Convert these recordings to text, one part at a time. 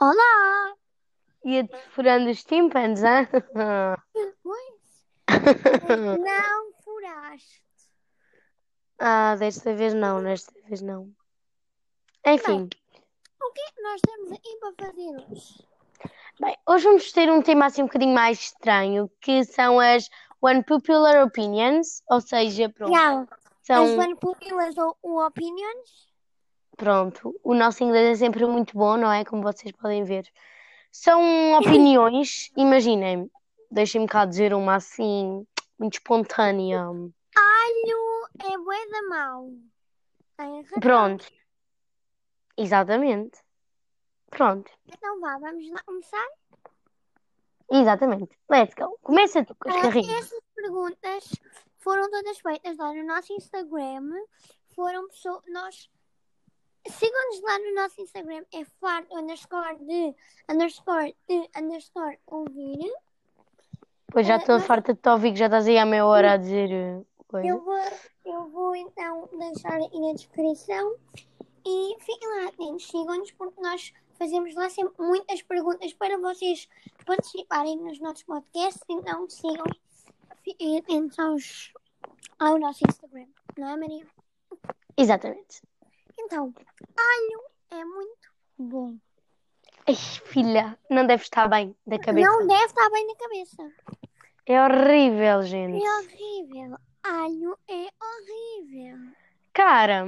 Olá! Ia-te furando os tímpanos, hã? Pois, não furaste. Ah, desta vez não, nesta vez não. Enfim, O que é que nós estamos aqui para fazer hoje? bem, hoje vamos ter um tema assim um bocadinho mais estranho, que são as Unpopular Opinions, ou seja, pronto, então- Não, são, as manipulas ou, ou opinions? pronto, o nosso inglês é sempre muito bom, não é? Como vocês podem ver. São opiniões, imaginem, deixem-me cá dizer uma assim, muito espontânea. Alho é bué da mau. Tem razão. Pronto. Exatamente. Pronto. Então vá, vamos lá começar. Exatamente. é Let's go. Começa tu com as Ah, carrinhas. Estas perguntas foram todas feitas lá no nosso Instagram. Foram pessoas. Nós. Sigam-nos lá no nosso Instagram, é far underscore de underscore de underscore ouvir. Pois já estou é, mas- farta de te ouvir que já estás aí à meia hora a dizer eh, coisa. Eu vou, eu vou então deixar aí na descrição e fiquem lá atentos, sigam-nos porque nós fazemos lá sempre muitas perguntas para vocês participarem nos nossos podcasts, então sigam, fiquem atentos aos, ao nosso Instagram, não é Maria? Exatamente. Então, alho é muito bom. Ai, filha, não deve estar bem da cabeça. Não deve estar bem na cabeça. É horrível, É gente. horrível. Alho é horrível. Cara,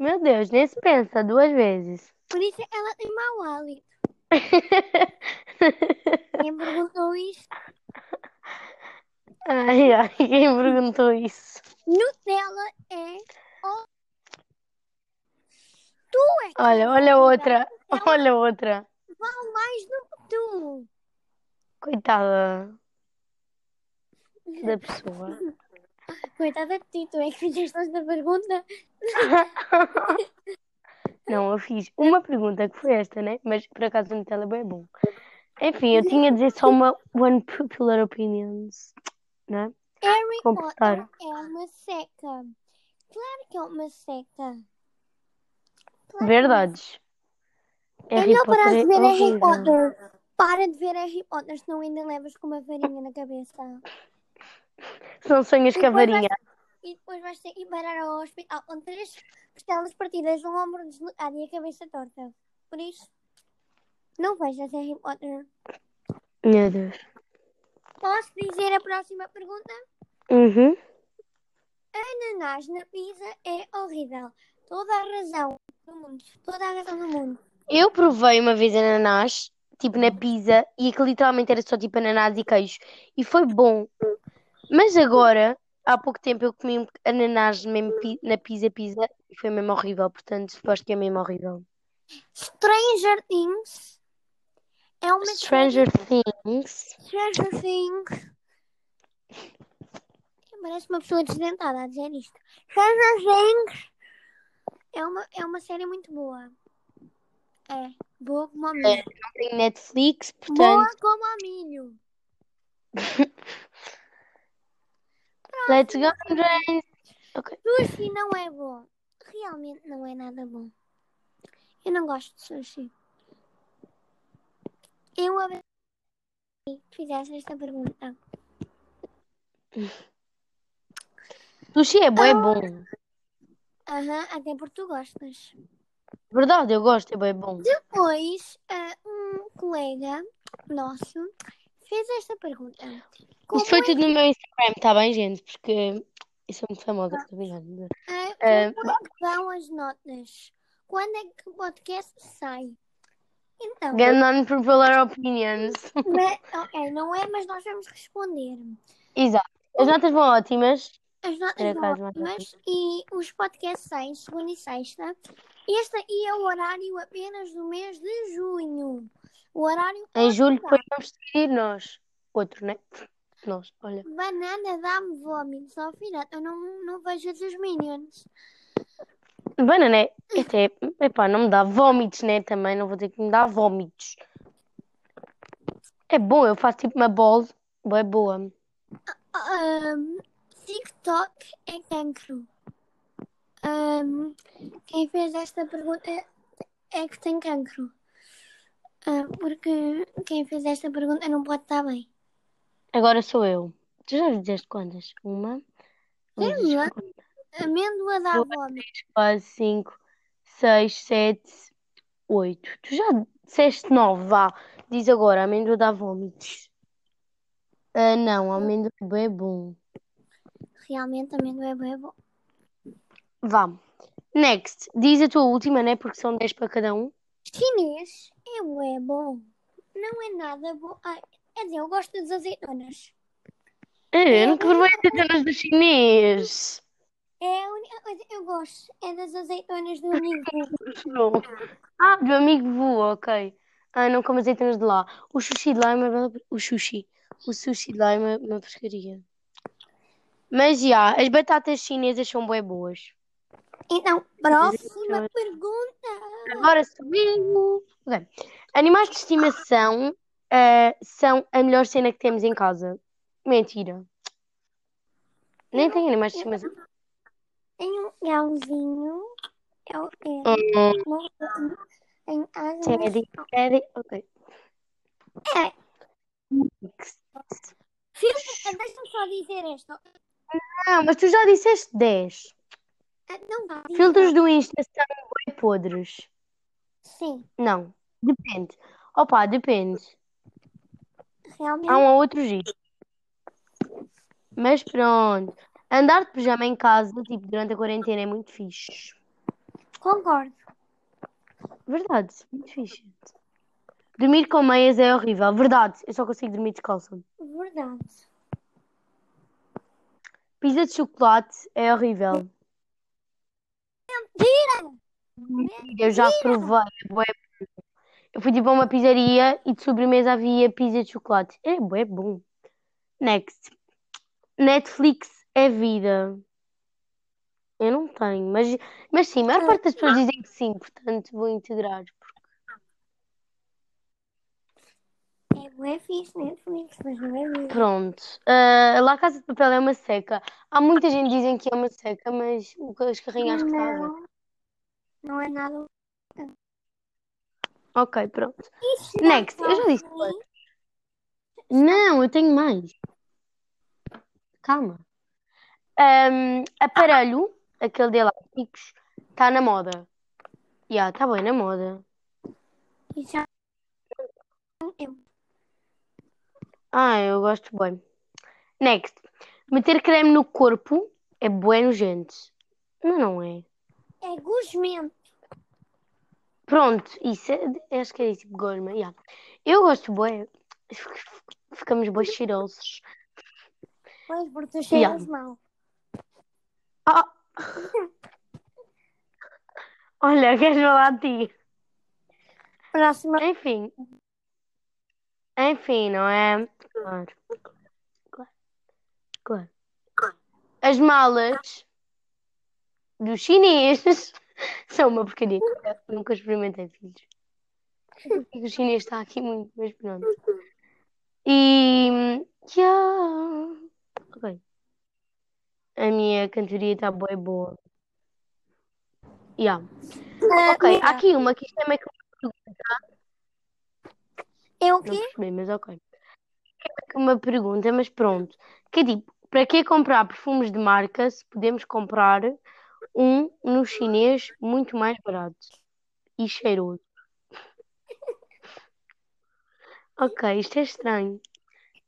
meu Deus, nem se pensa duas vezes. Por isso ela tem mau hálito. Quem perguntou isto? Ai, ai, quem perguntou isso? Nutella é o... Tu é que Olha, olha outra. Olha outra. vale mais do que tu. Coitada da pessoa. Coitada de ti, tu é que fizeste esta pergunta. Não, eu fiz uma pergunta que foi esta, né? Mas por acaso o Nutella é bem bom. Enfim, eu tinha a dizer só uma One Popular Opinions, né? Harry Completar. Potter é uma seca. Claro que é uma seca. Verdades. É Harry melhor parar de Potter ver é Harry horrível. Potter. Para de ver Harry Potter, senão ainda levas com uma varinha na cabeça. São sonhos E que a depois varinha. E depois vais ter que ir parar ao hospital com três costelas partidas, um ombro deslocado e a cabeça torta. Por isso, não vejas Harry Potter. é- Meu Deus. Posso dizer a próxima pergunta? Uhum. Ananás na pizza é horrível. Toda a razão do mundo. Toda a razão do mundo. Eu provei uma vez ananás, tipo na pizza, e que literalmente era só tipo ananás e queijo. E foi bom. Mas agora, há pouco tempo, eu comi um ananás mesmo pi- na pizza pizza e foi mesmo horrível. Portanto, acho que é mesmo horrível. Stranger Things é uma Stranger Things. Stranger Things. Parece uma pessoa desdentada a dizer isto. Stranger Things é uma, é uma série muito boa. É. Boa como a milho. Tem Netflix, Boa portanto, como a milho. let's go, André. Sushi não é bom. Realmente não é nada bom. Eu não gosto de sushi. Eu abri fizesse esta pergunta. Sushi é bom, é bom. Aham, até porque tu gostas. Verdade, eu gosto, é bom, é bom. Depois, ah, um colega nosso fez esta pergunta. Como Isto foi é tudo no meu Instagram, tá bem, gente? Porque eu sou muito famosa, tô brincando. que- Ah, como é que vão as notas? Quando é que o podcast sai? Então, Ganda unpopular opinions. mas- ok, não é, mas nós vamos responder. Exato. As notas vão ótimas. As notas vão Era quase uma ótimas e os podcasts saem segunda e sexta. Este aqui é o horário apenas do mês de junho. O horário Em julho, oficial. depois vamos decidir nós. Outro, né? Nós, olha. Banana dá-me vómitos ao final. Eu não, não vejo os Minions. Banana, é- até, epá, não me dá vómitos, né? Também não vou ter que me dar vómitos. É bom, eu faço tipo uma bowl. Boa, boa. Ahm, TikTok é cancro. Ahm, quem fez esta pergunta é que tem cancro. Ah, porque quem fez esta pergunta não pode estar bem. Agora sou eu. Tu já disseste quantas? Uma, duas, Sei lá. Amêndoa dá Boa. vómito. quatro, cinco, seis, sete, oito. Tu já disseste nove, vá. Diz agora, amêndoa dá vômitos. Ah, não, amêndoa é bué bom. Realmente, amêndoa é bem bom. Vá. Next. Diz a tua última, né? Porque são 10 para cada um. Chinês é bué bom. Não é nada bom. Ai, quer dizer, eu gosto das azeitonas. É, eu nunca provei azeitonas do chinês. É a única coisa que eu gosto. É das azeitonas do amigo. Não. Ah, do amigo voa, ok. Ah, não como azeitonas de lá. O sushi de lá é uma bela... O sushi. O sushi de lá é uma, uma porcaria. Mas já, as batatas chinesas são bem boas. Então, próxima pergunta. Agora sou eu. Ok. Animais de estimação ah, são a melhor cena que temos em casa. Mentira. Nem tem animais de estimação. Tem um galzinho. É o é. Hum. Não- Em casa, Sim, é mas- de- é de- ok. É. Filho, Deixa-me Ah, só dizer isto. Ah, mas tu já disseste 10. Ah, Não vá. dizer- Filtros do Insta são bem podres. Sim, Não, depende. Opa, depende. realmente. Há um ou outro jeito. Mas pronto. Andar de pijama em casa, tipo, durante a quarentena é muito fixe. um- Concordo. Verdade, muito fixe. Dormir com meias é horrível. Verdade, eu só consigo dormir descalço. Verdade. Pizza de chocolate é horrível. Mentira! Eu já provei. é bué bom. Eu fui tipo a uma pizzaria e de sobremesa havia pizza de chocolate. É bué bom. Next. Netflix é vida. Eu não tenho, mas, mas sim, a maior parte das pessoas dizem que sim, portanto vou integrar. É bué fixe, Netflix, mas não é mesmo. Pronto. Ah, La Casa de Papel é uma seca. Há muita gente que dizem que é uma seca, mas o que as carrinhas que está a ver. Não, não é nada. Ok, pronto. Isso não Next, eu já vale. disse. Não, eu tenho mais. Calma. Ahm, aparelho, aquele de elásticos, está na moda. Já, está bem na moda. E já. Eu. Ah, eu gosto bem. Next. Meter creme no corpo é bué nojento. Não, não é. É gosmento. Pronto, isso é, acho que é tipo gosma. já. Eu gosto bué. Ficamos bué cheirosos. Pois, porque tu cheiras mal. Ah. Olha, queres falar de ti? Próxima. Enfim. Enfim, não é? Claro. Claro. Claro. As malas dos chineses são uma porcaria. Eu Nunca experimentei, filhos. Não sei porque O chinês está aqui muito, mas pronto. E. Yeah. Ok. A minha cantoria está boa e boa. Yeah. Ok, Ah, há aqui uma que isto é meio que É o Não quê? percebi, mas ok. É uma pergunta, mas pronto. Que é tipo, para que comprar perfumes de marca se podemos comprar um no chinês muito mais barato e cheiroso? Ok, isto é estranho.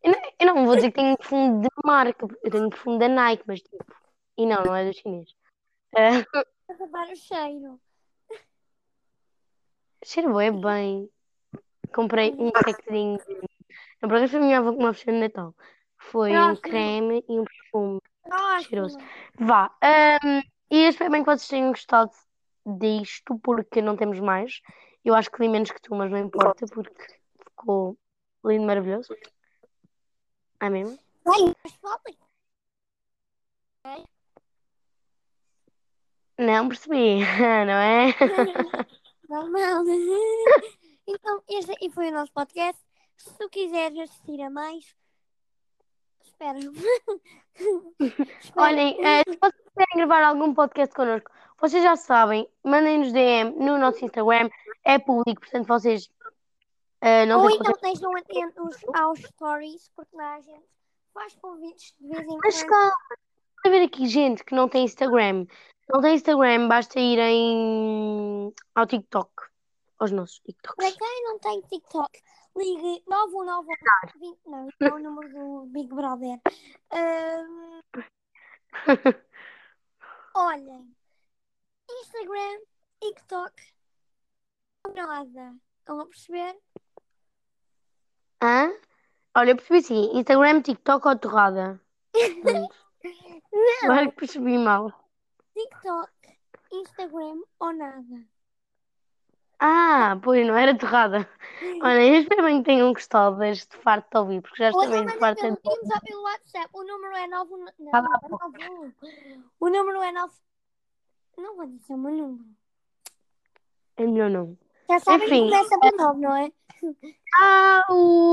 Eu não, eu não vou dizer que tenho perfume de marca, porque eu tenho perfume da Nike, mas tipo. E não, não é do chinês. Ah, Acabar o cheiro. cheiro bué bem. Comprei um packzinho. Não, por acaso foi a minha avó que me ofereceu no Natal. Foi um Próximo. creme e um perfume. Próxima. Cheiroso. Vá. ahm, e eu espero bem que vocês tenham gostado disto, porque não temos mais. Eu acho que li menos que tu, mas não importa, porque ficou lindo, maravilhoso. É mesmo? Bem, mas falta. Não percebi, não é? Normal. Então, este aqui foi o nosso podcast. Se tu quiseres assistir a mais, espero. Olhem, eh, se vocês quiserem gravar algum podcast connosco, vocês já sabem, mandem-nos DM no nosso Instagram, é público, portanto vocês Ah, não Ou sei se então vocês- estejam atentos aos stories, porque lá a gente faz convites de vez em Mas quando. claro, vai haver aqui gente que não tem Instagram. Não tem Instagram, basta irem ao TikTok. Aos nossos Para TikToks. quem não tem TikTok, ligue 919 Tá. 20, não, isso é o número do Big Brother. Ahm, olhem, Instagram, TikTok, nada. Estão a perceber? Hã? Olha, eu percebi assim: Instagram, TikTok ou torrada? Pronto. Agora que percebi mal. TikTok, Instagram ou nada. Ah, pois não era torrada. Olha, eu espero bem que tenham gostado deste farto de ouvir, porque já Ou estou então bem mandem farta pelo, de. digam só pelo WhatsApp. O número é 9. Não, Tá não, é 9. O número é 9. Não vou dizer o meu número. É melhor não. Já sabem que Enfim. começa por 9, não é? Tchau!